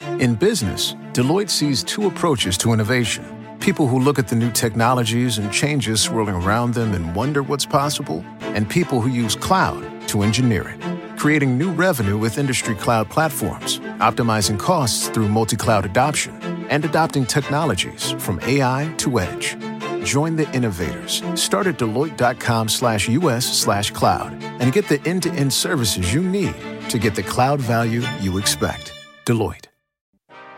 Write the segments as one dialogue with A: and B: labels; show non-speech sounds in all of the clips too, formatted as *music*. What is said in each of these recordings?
A: In business, Deloitte sees two approaches to innovation people who look at the new technologies and changes swirling around them and wonder what's possible, and people who use cloud to engineer it, creating new revenue with industry cloud platforms, optimizing costs through multi cloud adoption, and adopting technologies from AI to edge. Join the innovators. Start at Deloitte.com slash US slash cloud and get the end to end services you need to get the cloud value you expect. Deloitte.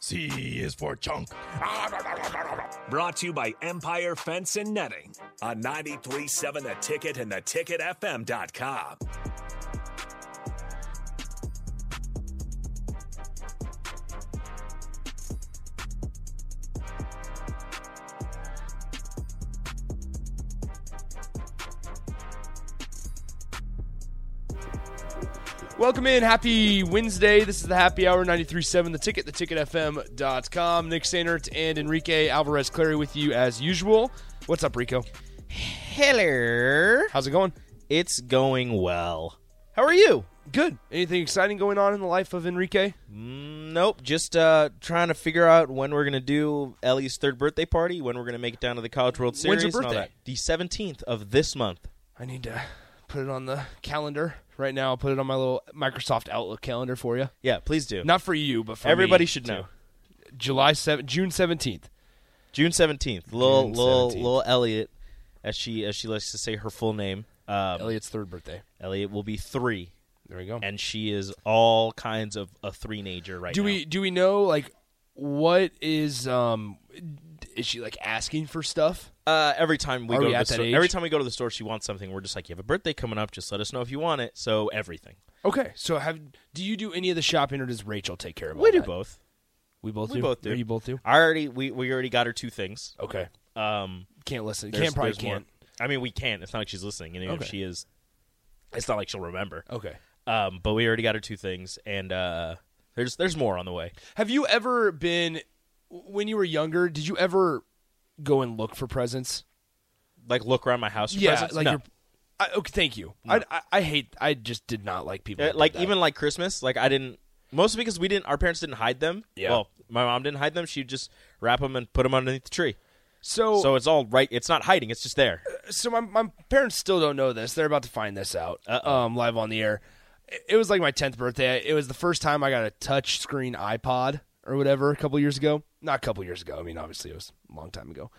B: C is for chunk.
C: Brought to you by Empire Fence and Netting on 937 The Ticket and theticketfm.com.
D: Welcome in. Happy Wednesday. This is the happy hour 937 The Ticket, theticketfm.com. Nick Sainert and Enrique Alvarez Clary with you as usual. What's up, Rico?
E: Hello.
D: How's it going?
E: It's going well. How are you?
D: Good. Anything exciting going on in the life of Enrique?
E: Nope, just uh, trying to figure out when we're gonna do Ellie's third birthday party, when we're gonna make it down to the College World
D: your
E: Series, and all
D: birthday?
E: that. The seventeenth of this month.
D: I need to put it on the calendar right now. I'll put it on my little Microsoft Outlook calendar for you.
E: Yeah, please do.
D: Not for you, but for
E: Everybody
D: me,
E: should
D: too.
E: know.
D: July 7th, June 17th.
E: June seventeenth. Little
D: June
E: little
D: 17th.
E: little Elliot, as she as she likes to say her full name. Um, Elliot.
D: Elliot's third birthday.
E: will be three,
D: There we go.
E: and she is all kinds of a three nager right
D: do
E: now.
D: we do we know like what is um is she like asking for stuff?
E: Uh, every time we
D: Are
E: go
D: we
E: to the
D: at that
E: store,
D: age?
E: every time we go to the store, she wants something. We're just like, you have a birthday coming up. Just let us know if you want it. So everything.
D: Okay, so have do you do any of the shopping or does Rachel take care of all
E: we do
D: that?
E: both.
D: We both
E: We
D: do.
E: both do.
D: Or you both do.
E: I already we, we already got her two things.
D: Okay,
E: Um,
D: can't listen.
E: there's-
D: Can't probably
E: there's more.
D: can't.
E: I mean, we can't. It's not like she's listening, and even
D: Okay.
E: if she is, it's not like she'll remember.
D: Okay.
E: Um, but we already got her two things, and uh, there's there's more on the way.
D: Have you ever been when you were younger? Did you ever go and look for presents?
E: Like look around my house. For presents?
D: like
E: No. Uh,
D: your. I, okay, thank you. I, I I hate. I just did not like people.
E: Uh,
D: that did
E: like
D: that.
E: even like Christmas. Like I didn't. Mostly because we didn't. Our parents didn't hide them.
D: Yeah.
E: Well, my mom didn't hide them. She would just wrap them and put them underneath the tree.
D: so.
E: So it's all right. It's not hiding. It's just there.
D: so my, my parents still don't know this. They're about to find this out um, live on the air. It- It was like my 10th birthday. It was the first time I got a touch screen iPod or whatever a couple years ago. Not a couple years ago. I mean, obviously, it was a long time ago.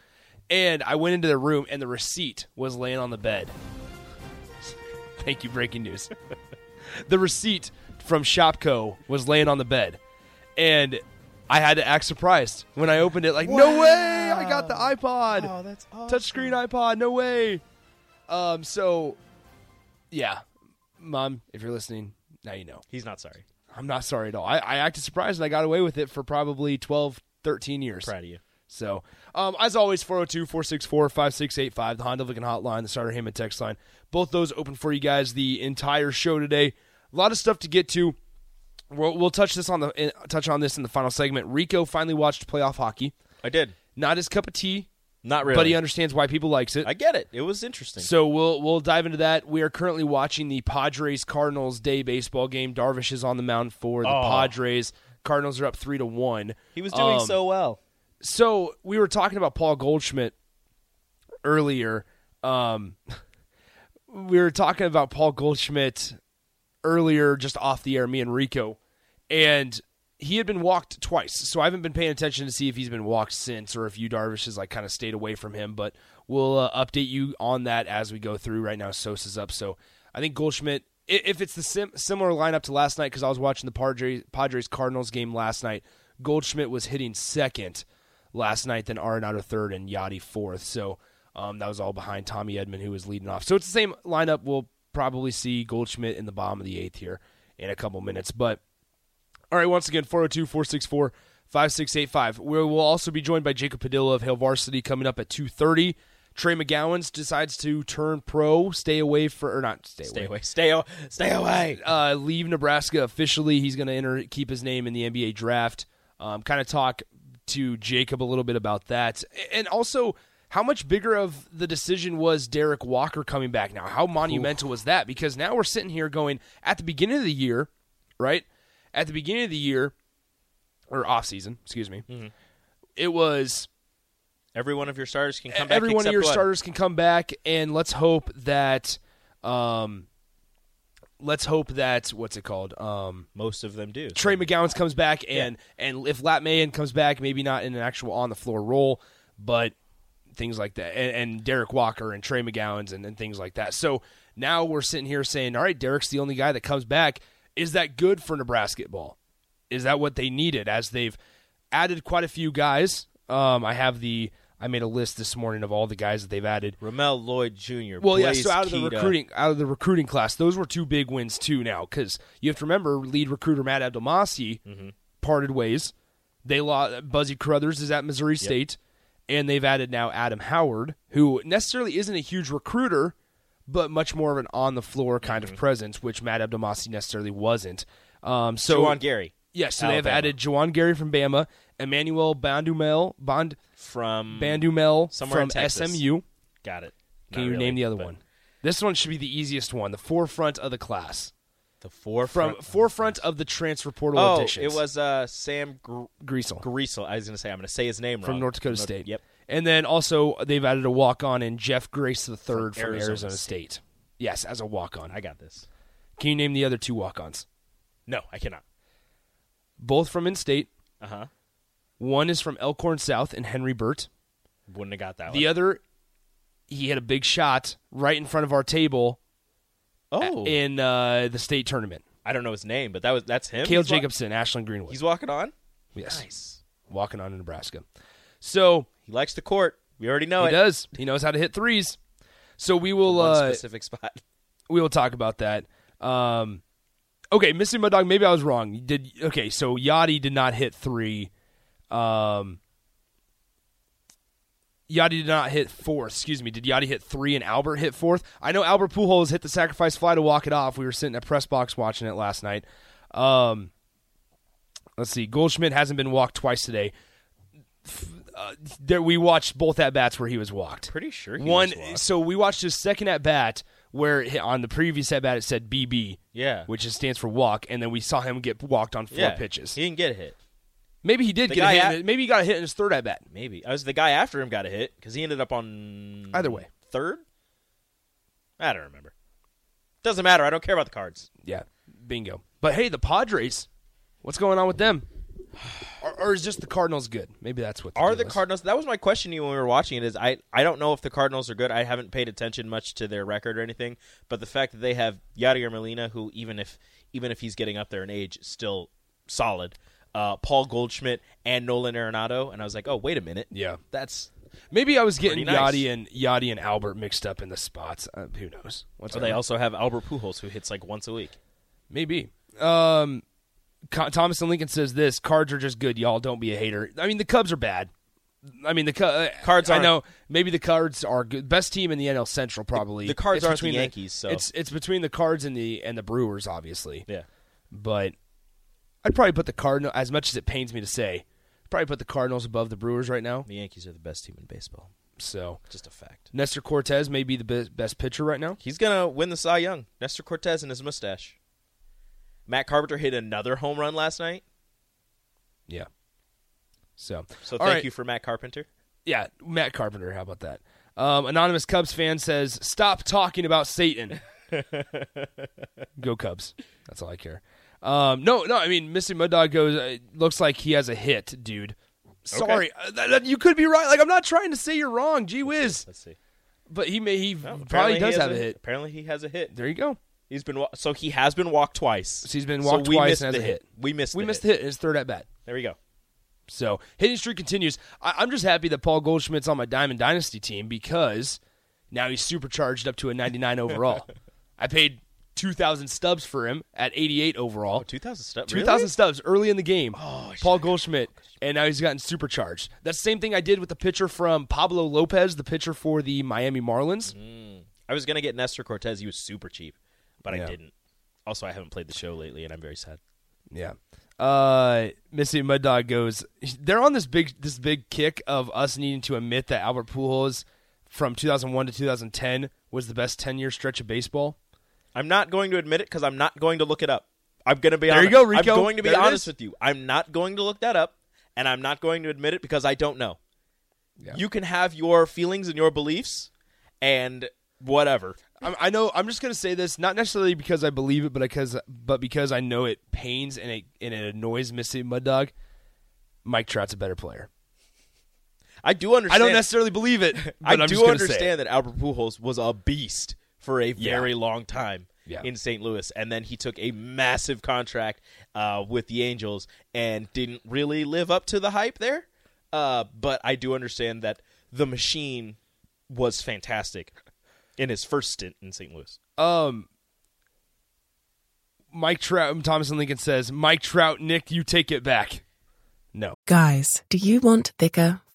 D: And I went into the room, and the receipt was laying on the bed. *laughs* Thank you, breaking news. the receipt from Shopco was laying on the bed. And I had to act surprised when I opened it, like, no way, I got the iPod. Oh, that's awesome. Touchscreen iPod, no way. Um, so, yeah. Mom, if you're listening, now you know.
E: He's not sorry.
D: I'm not sorry at all. I, I acted surprised and I got away with it for probably 12, 13 years.
E: Proud of you.
D: So, um, as always, 402 464 5685, the Honda Lincoln Hotline, the Starter Heyman text line. Both those open for you guys the entire show today. A lot of stuff to get to. We'll, we'll touch this on the in, touch on this in the final segment. Rico finally watched playoff hockey.
E: I did.
D: Not his cup of tea,
E: Not really.
D: but he understands why people likes it.
E: I get it. It was interesting.
D: So we'll we'll dive into that. We are currently watching the Padres Cardinals day baseball game. Darvish is on the mound for the Padres. Cardinals are up three to one.
E: Oh. he was doing
D: Um,
E: so well.
D: So we were talking about Paul Goldschmidt earlier. Um, *laughs* we were talking about Paul Goldschmidt earlier, just off the air, me and Rico, and he had been walked twice. So I haven't been paying attention to see if he's been walked since or if you Darvish has like kind of stayed away from him. But we'll uh, update you on that as we go through. Right now, Sosa's up, so I think Goldschmidt. i- If it's the sim- similar lineup to last night, because I was watching the Padres Padres Cardinals game last night, Goldschmidt was hitting second last night, then Arenado third and Yachty fourth. So um, that was all behind Tommy Edmond, who was leading off. So it's the same lineup. We'll probably see Goldschmidt in the bottom of the eighth here in a couple minutes. But all right, once again, 402 464 5685. We will also be joined by Jacob Padilla of Hale Varsity coming up at 2.30. Trey McGowan's decides to turn pro, stay away for or not stay,
E: Stay away. Stay away. Stay away.
D: uh, leave Nebraska officially. He's going to enter keep his name in the NBA draft. Um, kind of talk to Jacob a little bit about that, and also how much bigger of the decision was Derek Walker coming back now? How monumental was that? Because now we're sitting here going at the beginning of the year, right? At the beginning of the year or off season, excuse me,
E: Mm-hmm.
D: it was
E: Every one of your starters can come back.
D: every one of
E: except
D: your
E: one.
D: starters can come back, and let's hope that, um, let's hope that what's it called? Um,
E: Most of them do.
D: Trey McGowan's comes back and and if Lat Mayan comes back, maybe not in an actual on the floor role, but things like that. And, and Derek Walker and Trey McGowan's and, and things like that. So now we're sitting here saying, all right, Derek's the only guy that comes back. Is that good for Nebraska ball? Is that what they needed as they've added quite a few guys? Um, I have the I made a list this morning of all the guys that they've added.
E: Ramel Lloyd Jr.
D: Well, yeah.
E: Blaze
D: So out of the
E: Keita.
D: recruiting, out of the recruiting class, those were two big wins too. Now, because you have to remember, lead recruiter Matt Abdelmassi
E: Mm-hmm.
D: parted ways. They lost Buzzy Cruthers is at Missouri State, and they've added now Adam Howard, who necessarily isn't a huge recruiter, but much more of an on the floor kind
E: Mm-hmm.
D: of presence, which Matt Abdelmassi necessarily wasn't. Um, so
E: Juwan Gary
D: Yes, so they
E: Alabama.
D: have added Jawan Gary from Bama, Emmanuel Bandumel, Bond
E: from
D: Bandumel
E: Mm-hmm. Somewhere in
D: from
E: Texas.
D: SMU.
E: Got it.
D: Can
E: Not
D: you
E: really,
D: name the other
E: but
D: one? This one should be the easiest one. The forefront of the class,
E: The four
D: from forefront of the transfer portal
E: Oh,
D: additions.
E: it was uh, Sam Gr-
D: Greasel
E: Greasel. I was going to say I'm going to say his name
D: from
E: wrong.
D: North Dakota
E: Nor-
D: State.
E: Yep.
D: And then also they've added a walk on in Jeff Grace III from, Arizona,
E: Arizona
D: State. Yes, as a walk on.
E: I got this.
D: Can you name the other two walk ons?
E: No, I cannot.
D: Both from in state.
E: Uh
D: Uh-huh.
E: huh.
D: One is from Elkhorn South and Henry Burt.
E: Wouldn't have got that
D: The
E: one.
D: other, he had a big shot right in front of our table
E: Oh,
D: in uh, the state tournament.
E: I don't know his name, but that was that's him.
D: Cale
E: He's wa-
D: Jacobson, Ashland Greenwood.
E: he's walking on.
D: yes,
E: Nice.
D: walking on to Nebraska. So
E: He likes the court. We already know
D: He
E: it.
D: does. He knows how to hit threes. So we will
E: One
D: uh, *laughs*
E: specific spot.
D: we will talk about that. Um, okay, missing my dog. Maybe I was wrong. Did okay? So Yachty did not hit three. Um, Yachty did not hit fourth. Excuse me. Did Yachty hit three and Albert hit fourth? I know Albert Pujols hit the sacrifice fly to walk it off. We were sitting at press box watching it last night. Um, let's see. Goldschmidt hasn't been walked twice today. F- Uh, there, we watched both at bats where he was walked
E: Pretty sure he
D: one.
E: was walked.
D: So we watched his second at bat, where it, hit- on the previous at bat it said BB,
E: Yeah.
D: which is, stands for walk, and then we saw him get walked on four
E: yeah.
D: pitches.
E: He didn't get a hit.
D: maybe he did
E: The
D: get a
E: guy
D: hit.
E: at-
D: in- maybe he got a hit in his third at bat.
E: Maybe I was the guy after him got a hit because he ended up on
D: Either way.
E: third. I don't remember. Doesn't matter. I don't care about the cards.
D: Yeah, bingo. But hey, the Padres, what's going on with them? *sighs* Or, or is just the Cardinals good? Maybe that's what.
E: Are
D: deal
E: the
D: is.
E: Cardinals? That was my question to you when we were watching it. Is I I don't know if the Cardinals are good. I haven't paid attention much to their record or anything. But the fact that they have Yadier Molina, who even if even if he's getting up there in age, is still solid. Uh, Paul Goldschmidt and Nolan Arenado, and I was like, oh wait a minute,
D: Yeah.
E: that's
D: Maybe I was getting
E: Pretty nice.
D: Yachty and Yachty and Albert mixed up in the spots. Uh, who knows? What's
E: So they also have Albert Pujols, who hits like once a week.
D: Maybe. Um, Co- Thomas and Lincoln says this: Cards are just good, y'all. Don't be a hater. I mean, the Cubs are bad. I mean, the Cu- uh,
E: Cards
D: I
E: aren't-
D: know maybe the Cards are good. Best team in the NL Central, probably.
E: the Cards
D: It's
E: aren't the
D: between
E: Yankees, so-
D: it's it's between the Cards and the and the Brewers, obviously.
E: Yeah,
D: But I'd probably put the Cardinal. As much as it pains me to say, probably put the Cardinals above the Brewers right now.
E: the Yankees are the best team in baseball.
D: So
E: Just a fact.
D: Nestor Cortez may be the be- best pitcher right now.
E: He's gonna win the Cy Young. Nestor Cortez and his mustache. Matt Carpenter hit another home run last night,
D: Yeah. So
E: so
D: all
E: thank
D: right.
E: you for Matt Carpenter.
D: Yeah, Matt Carpenter. How about that? Um, anonymous Cubs fan says, "Stop talking about
E: *laughs*
D: Satan." Go Cubs. That's all I care. Um, no, no. I mean, Missy Mud Dog goes. Uh, looks like he has a hit, dude. Sorry, uh, that- that- you could be right. Like I'm not trying to say you're wrong. Gee whiz,
E: Let's see.
D: but he may he
E: Oh, apparently
D: probably
E: he
D: does
E: has
D: have a hit.
E: Apparently he has a hit.
D: There you go.
E: He's been wa- so he has been walked twice. So
D: he's been walked
E: we
D: twice
E: missed
D: and has
E: the
D: a hit.
E: We missed.
D: We
E: the
D: missed
E: hit.
D: the hit. in His third at bat.
E: There we go.
D: So hitting streak continues. I, I'm just happy that Paul Goldschmidt's on my Diamond Dynasty team because now he's supercharged up to a 99 overall. I paid 2,000 stubs for him at 88 overall.
E: Oh, Two thousand stuff.
D: 2,000 stubs early in the game. Paul Goldschmidt and now he's gotten supercharged. That's the same thing I did with the pitcher from Pablo Lopez, the pitcher for the Miami Marlins.
E: I was gonna get Nestor Cortez. He was super cheap, but
D: Yeah.
E: I didn't. Also, I haven't played the show lately, and I'm very sad.
D: Yeah. Uh, Missy Mud Dog goes. They're on this big this big kick of us needing to admit that Albert Pujols from 2001 to 2010 was the best 10 year stretch of baseball.
E: I'm not going to admit it because I'm not going to look it up. I'm gonna be
D: There you
E: honest.
D: go, Rico.
E: I'm going to be
D: There it
E: honest
D: is.
E: with you. I'm not going to look that up, and I'm not going to admit it because I don't know. You can have your feelings and your beliefs, and whatever.
D: I'm, I know. I'm just gonna say this, not necessarily because I believe it, but because but because I know it pains and it and it annoys Missy Mud Dog. Mike Trout's a better player.
E: I do
D: I
E: understand.
D: don't necessarily believe
E: *laughs*
D: it. But
E: I
D: I'm just
E: do
D: gonna say it.
E: understand that Albert Pujols was a beast for a
D: Yeah.
E: very long time
D: Yeah.
E: in St. Louis, and then he took a massive contract uh, with the Angels and didn't really live up to the hype there. Uh, but I do understand that the machine was fantastic in his first stint in St. Louis.
D: Um, Mike Trout, Thomason Lincoln says, Mike Trout, Nick, you take it back. No.
F: Guys, do you want thicker,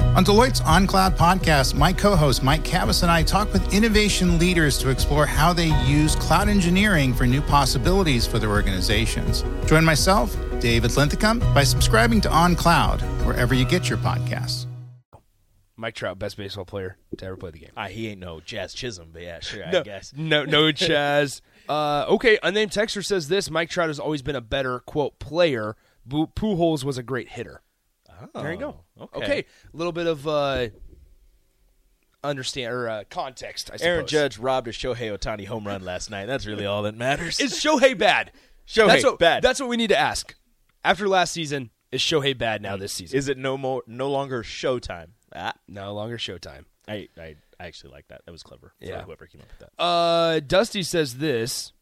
G: On Deloitte's OnCloud podcast, my co host Mike Cavus and I talk with innovation leaders to explore how they use cloud engineering for new possibilities for their organizations. Join myself, David Linthicum, by subscribing to OnCloud, wherever you get your podcasts.
D: Mike Trout, best baseball player to ever play the game.
E: Ah, he ain't no Jazz Chisholm, but yeah, sure, I guess.
D: No, *laughs* no, Chaz. Uh, okay, unnamed texter says this: Mike Trout has always been a better quote player. Bu- Pujols was a great hitter. there you go.
E: okay.
D: a little bit of uh, understand or uh, context. I suppose.
E: Aaron Judge robbed a Shohei Otani home run last night. That's really all that matters.
D: is Shohei bad?
E: Shohei
D: that's what,
E: bad.
D: That's what we need to ask. After last season, is Shohei bad now this season?
E: Is it no more no longer showtime? Ah,
D: no longer Showtime.
E: I, I I actually like that. That was clever. for
D: Yeah.
E: whoever came up with that.
D: Uh, Dusty says this.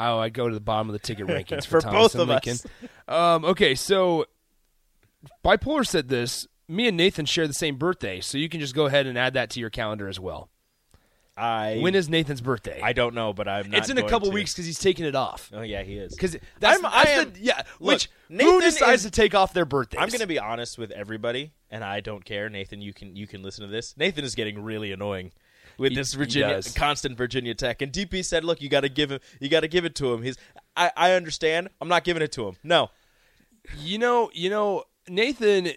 D: Oh, I go to the bottom of the ticket rankings *laughs* for,
E: For
D: Thomas
E: both
D: and
E: of
D: Lincoln.
E: us.
D: Um, okay, so bipolar said this. Me and Nathan share the same birthday, so you can just go ahead and add that to your calendar as well.
E: I
D: when is Nathan's birthday?
E: I don't know, but I'm. Not
D: it's in a
E: going
D: couple
E: to.
D: weeks because he's taking it off.
E: Oh yeah, he is.
D: Because that's,
E: I'm,
D: that's
E: I am-
D: the, yeah.
E: Look,
D: which who
E: Nathan
D: decides to
E: is-
D: take off their birthdays?
E: I'm going to be honest with everybody, and I don't care. Nathan, you can you can listen to this. Nathan is getting really annoying with
D: He-
E: this
D: he
E: Virginia
D: does.
E: constant Virginia Tech. And DP said, "Look, you got to give him. You got to give it to him. He's. I, I understand. I'm not giving it to him. No.
D: You know, you know, Nathan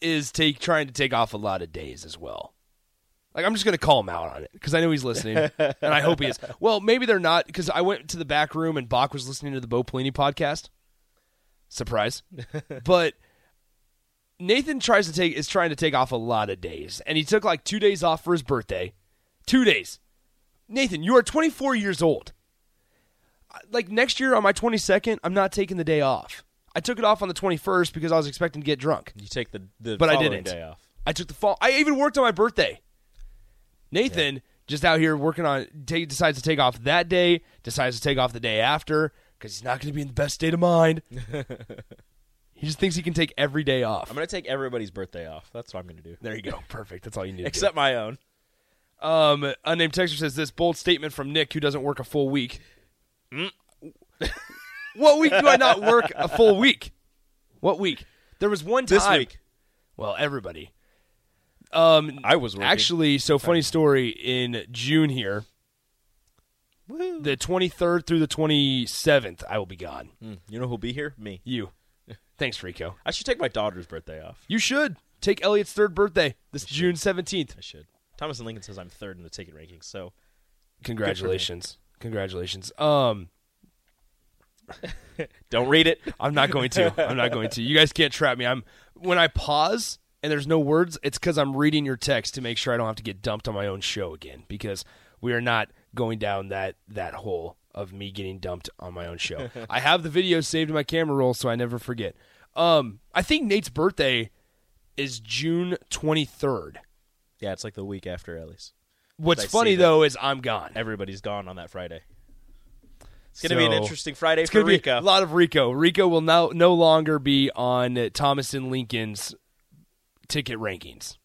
D: is take trying to take off a lot of days as well. Like I'm just gonna call him out on it because I know he's listening, and I hope he is. Well, maybe they're not because I went to the back room and Bach was listening to the Bo Pelini podcast. Surprise, but Nathan tries to take is trying to take off a lot of days, and he took like two days off for his birthday. Two days. Nathan, you are 24 years old like next year on my 22nd, I'm not taking the day off. I took it off on the 21st because I was expecting to get drunk.
E: You take the the
D: But I
E: following
D: didn't.
E: day off.
D: I took the fall. I even worked on my birthday. Nathan just out here working on take, decides to take off that day, decides to take off the day after because he's not going to be in the best state of *laughs* mind. he just thinks he can take every day off.
E: I'm going to take everybody's birthday off. That's what I'm going to do.
D: there you go. Perfect. That's all you need. to
E: Except my own.
D: do. um, unnamed texter says this bold statement from Nick, who doesn't work a full week. Mm. *laughs* what week do I not work a full week? What week? There was one time
E: This week.
D: Well, everybody. Um,
E: I was working.
D: actually so funny story in June here. The 23rd through the 27th, I will be gone. Hmm.
E: Hmm.
D: *laughs*
E: You know who'll be here? Me.
D: You. Thanks, Rico.
E: I should take my daughter's birthday off.
D: You should take Elliot's third birthday this June 17th.
E: I should. Thomas and Lincoln says I'm third in the ticket rankings, so
D: Congratulations. Congratulations. Um *laughs*
E: don't read it.
D: I'm not going to. I'm not going to. You guys can't trap me. I'm when I pause and there's no words, it's cuz I'm reading your text to make sure I don't have to get dumped on my own show again because we are not going down that that hole of me getting dumped on my own
E: *laughs*
D: show. I have the video saved in my camera roll so I never forget. Um I think Nate's birthday is June 23rd.
E: Yeah, it's like the week after Ellie's.
D: What's
E: I see
D: funny
E: that.
D: though is I'm gone.
E: Everybody's gone on that Friday. It's gonna be an
D: So-
E: interesting Friday
D: It's
E: for
D: going to be
E: Rico.
D: a lot of Rico. Rico will now no longer be on uh, Thomas and Lincoln's ticket rankings.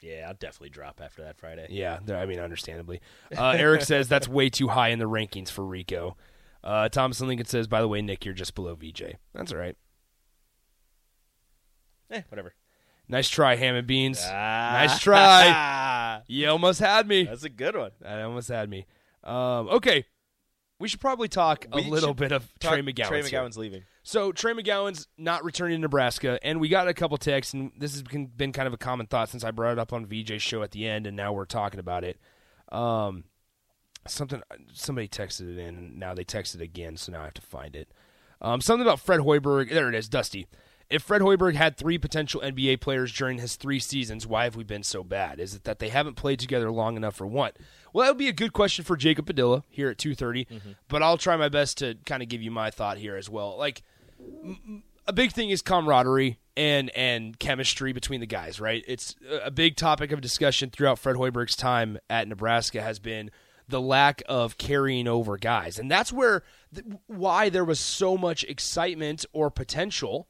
E: yeah, I'll definitely drop after that Friday.
D: Yeah, th- I mean, understandably. Uh, Eric says that's way too high in the rankings for Rico. Uh, Thomas and Lincoln says, by the way, Nick, you're just below VJ. That's all right.
E: Eh, whatever.
D: Nice try, Ham and Beans.
E: Ah.
D: Nice *laughs*
E: *laughs*
D: try. you almost had me.
E: That's a good one.
D: That almost had me. Um, okay, we should probably talk a
E: We
D: little
E: should
D: bit of
E: Talk-
D: Trey McGowan.
E: Trey McGowan's leaving.
D: So Trey McGowan's not returning to Nebraska, and we got a couple texts, and this has been been kind of a common thought since I brought it up on VJ's show at the end, and now we're talking about it. Um, something somebody texted it in, and now they texted again, so now I have to find it. Um, something about Fred Hoiberg. There it is, Dusty. If Fred Hoiberg had three potential NBA players during his three seasons, why have we been so bad? Is it that they haven't played together long enough, or what? Well, that would be a good question for Jacob Padilla here at two But I'll try my best to kind of give you my thought here as well. Like a big thing is camaraderie and and chemistry between the guys, right? It's a- a big topic of discussion throughout Fred Hoiberg's time at Nebraska has been the lack of carrying over guys, and that's where th- why there was so much excitement or potential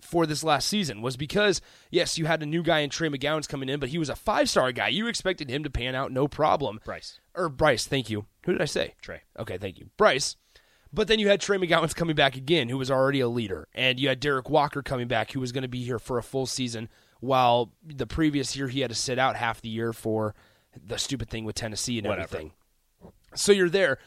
D: for this last season was because yes, you had a new guy in Trey McGowan's coming in, but he was a five star guy. You expected him to pan out no problem.
E: Bryce.
D: or Bryce, thank you. Who did I say?
E: Trey.
D: Okay, thank you, Bryce. But then you had Trey McGowan's coming back again, who was already a leader, and you had Derek Walker coming back, who was going to be here for a full season, while the previous year he had to sit out half the year for the stupid thing with Tennessee and everything. So you're there.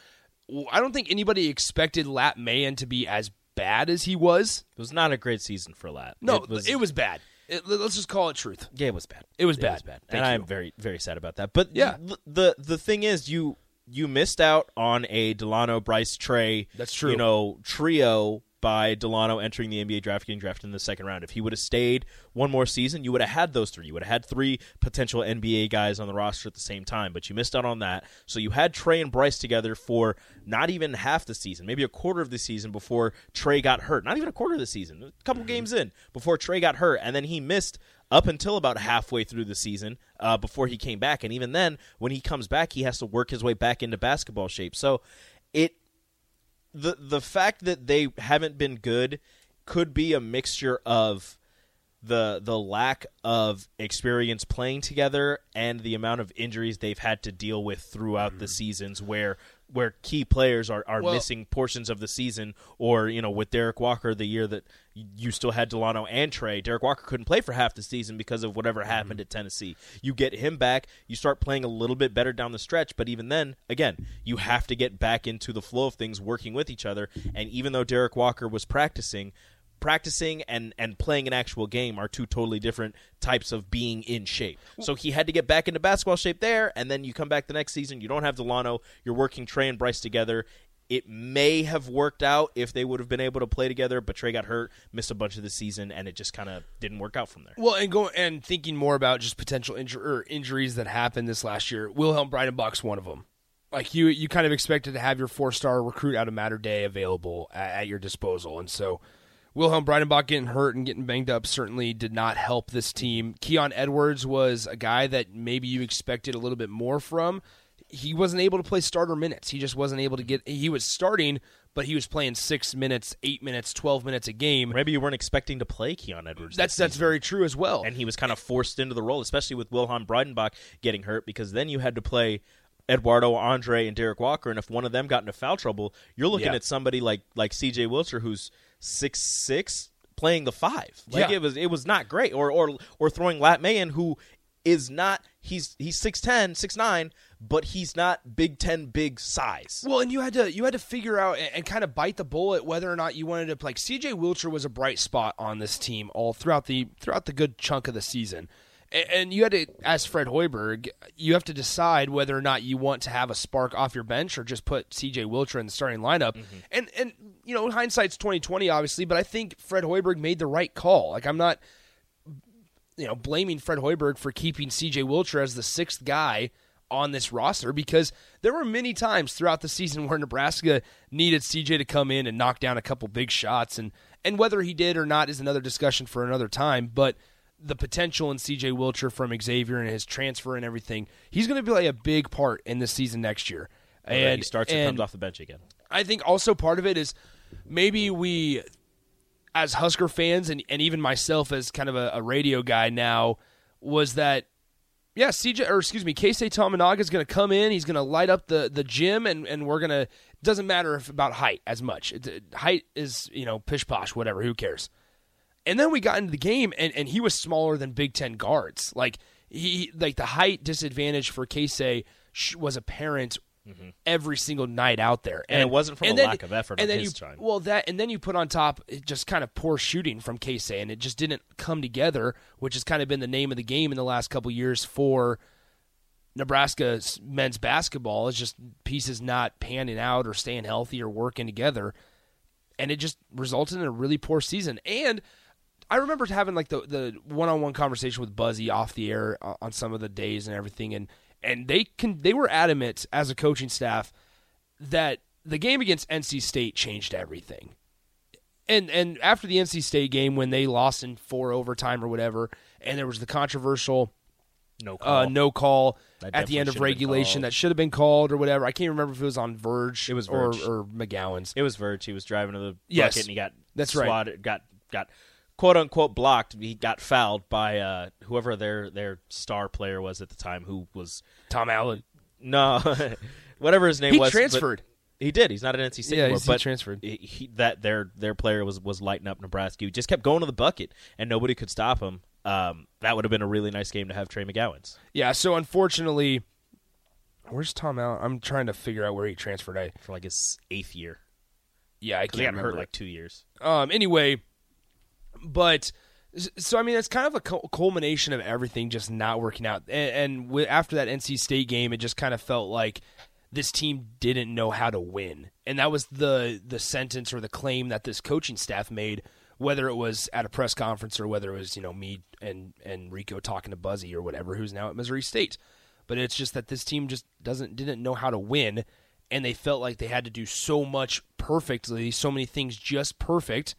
D: W- I don't think anybody expected Lat Mayan to be as bad as he was.
E: It was not a great season for Lat.
D: No, it was, bad. It- let's just call it truth.
E: Yeah, it was bad.
D: It was bad. Thank
E: and
D: you.
E: I'm very very sad about that. But
D: Yeah.
E: th- the the thing is, you you missed out on a Delano Bryce Trey.
D: That's true.
E: You know trio by Delano entering the NBA draft, getting drafted in the second round. If he would have stayed one more season, you would have had those three. You would have had three potential NBA guys on the roster at the same time. But you missed out on that. So you had Trey and Bryce together for not even half the season, maybe a quarter of the season before Trey got hurt. Not even a quarter of the season, a
D: Mm-hmm.
E: couple games in before Trey got hurt, and then he missed up until about halfway through the season uh, before he came back. And even then, when he comes back, he has to work his way back into basketball shape. So it the the fact that they haven't been good could be a mixture of the the lack of experience playing together and the amount of injuries they've had to deal with throughout the seasons where where key players are, are missing portions of the season or you know with Derek Walker the year that y- you still had Delano and Trey Derek Walker couldn't play for half the season because of whatever happened at Tennessee you get him back you start playing a little bit better down the stretch but even then again you have to get back into the flow of things working with each other and even though Derek Walker was practicing practicing and and playing an actual game are two totally different types of being in shape. So he had to get back into basketball shape there, and then you come back the next season. You don't have Delano. You're working Trey and Bryce together. It may have worked out if they would have been able to play together, but Trey got hurt, missed a bunch of the season, and it just kind of didn't work out from there.
D: Well, and going and thinking more about just potential inju- or injuries that happened this last year, Wilhelm Breidenbach's one of them. Like you, you kind of expected to have your four star recruit out of Matter Day available at, at your disposal, and so Wilhelm Breidenbach getting hurt and getting banged up certainly did not help this team. Keon Edwards was a guy that maybe you expected a little bit more from. He wasn't able to play starter minutes. He just wasn't able to get. He was starting, but he was playing six minutes, eight minutes, twelve minutes a game.
E: Maybe you weren't expecting to play Keon Edwards.
D: That's
E: this
D: that's very true as well.
E: Oh. and he was kind of forced into the role, especially with Wilhelm Breidenbach getting hurt, because then you had to play Eduardo Andre and Derek Walker, and if one of them got into foul trouble, you're looking
D: Yeah.
E: at somebody like like CJ Wilcher who's six six playing the five. Like
D: Yeah.
E: it was it was not great, or or or throwing Lat Mayan who is not he's he's 6'10, 6'9, but he's not Big Ten big size.
D: Well, and you had to you had to figure out and, and kind of bite the bullet whether or not you wanted to like CJ Wilcher was a bright spot on this team all throughout the throughout the good chunk of the season. And, and you had to as Fred Hoiberg, you have to decide whether or not you want to have a spark off your bench or just put CJ Wilcher in the starting lineup. And and you know, hindsight's 2020 obviously, but I think Fred Hoiberg made the right call. Like I'm not you know, blaming Fred Hoiberg for keeping CJ Wilcher as the sixth guy on this roster because there were many times throughout the season where Nebraska needed CJ to come in and knock down a couple big shots and and whether he did or not is another discussion for another time, but the potential in CJ Wilcher from Xavier and his transfer and everything, he's going to play a big part in this season next year.
E: And,
D: And
E: he starts and, comes off the bench again.
D: I think also part of it is maybe we, as Husker fans, and, and even myself as kind of a, a radio guy now, was that, yeah, CJ, or excuse me, Casey Tominaga is going to come in. He's going to light up the, the gym, and, and we're going to, doesn't matter if about height as much. It- it- height is, you know, pish posh, whatever, who cares? And then we got into the game, and, and he was smaller than Big Ten guards. Like he, like the height disadvantage for Casey sh- was apparent every single night out there,
E: Mm-hmm. And it wasn't from a lack of
D: And
E: effort on
D: then
E: his
D: you,
E: time.
D: well, that and then you put on top it just kind of poor shooting from Casey, and it just didn't come together, which has kind of been the name of the game in the last couple years for Nebraska men's basketball. Is just pieces not panning out or staying healthy or working together and it just resulted in a really poor season. And I remember having like the the one on one conversation with Buzzy off the air o- on some of the days and everything, and and they can they were adamant as a coaching staff that the game against NC State changed everything and and after the NC State game when they lost in four overtime or whatever, and there was the controversial
E: No
D: uh, no call
E: That
D: at the end of
E: definitely should have been
D: regulation
E: called.
D: that should have been called or whatever. I can't remember if it was on Verge,
E: It was
D: or,
E: Verge.
D: or McGowan's.
E: It was Verge. He was driving to the bucket
D: Yes.
E: and he got
D: That's right.
E: swatted, Got got quote unquote blocked. He got fouled by uh, whoever their their star player was at the time, who was
D: Tom Allen.
E: no *laughs* whatever his name
D: He
E: was. but-
D: transferred.
E: He did. He's not an NC State
D: Yeah,
E: anymore.
D: he's- he
E: But
D: transferred.
E: he- he- that their their player was was lighting up Nebraska. He just kept going to the bucket and nobody could stop him. Um, that would have been a really nice game to have Trey McGowan's.
D: Yeah, so unfortunately, where's Tom Allen? I'm trying to figure out where he transferred. I
E: for like his eighth year.
D: yeah, I
E: 'Cause
D: can't
E: He got
D: remember.
E: hurt like two years.
D: um, anyway, but so I mean, it's kind of a cul- culmination of everything just not working out. And, and wi- after that NC State game, it just kind of felt like this team didn't know how to win, and that was the the sentence or the claim that this coaching staff made. Whether it was at a press conference or whether it was you know me and and Rico talking to Buzzy or whatever, who's now at Missouri State, but it's just that this team just doesn't didn't know how to win, and they felt like they had to do so much perfectly, so many things just perfect,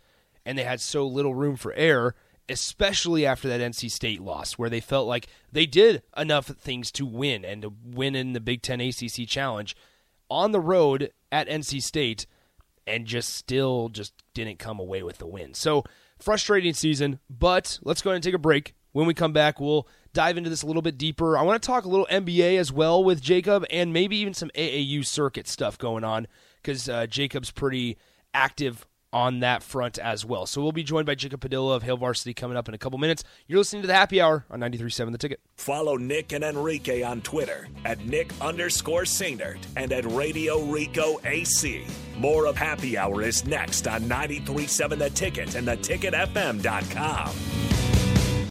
D: and they had so little room for error, especially after that NC State loss, where they felt like they did enough things to win and to win in the Big Ten ACC Challenge on the road at NC State, and just still just didn't come away with the win. So frustrating season, but let's go ahead and take a break. When we come back, we'll dive into this a little bit deeper. I want to talk a little NBA as well with Jacob, and maybe even some AAU circuit stuff going on because uh, Jacob's pretty active on that front as well. So we'll be joined by Jacob Padilla of Hale Varsity coming up in a couple minutes. You're listening to the Happy Hour on 93.7 The Ticket.
C: Follow Nick and Enrique on Twitter at Nick underscore Sainert and at Radio Rico AC. More of Happy Hour is next on 937 The Ticket and theticketfm.com.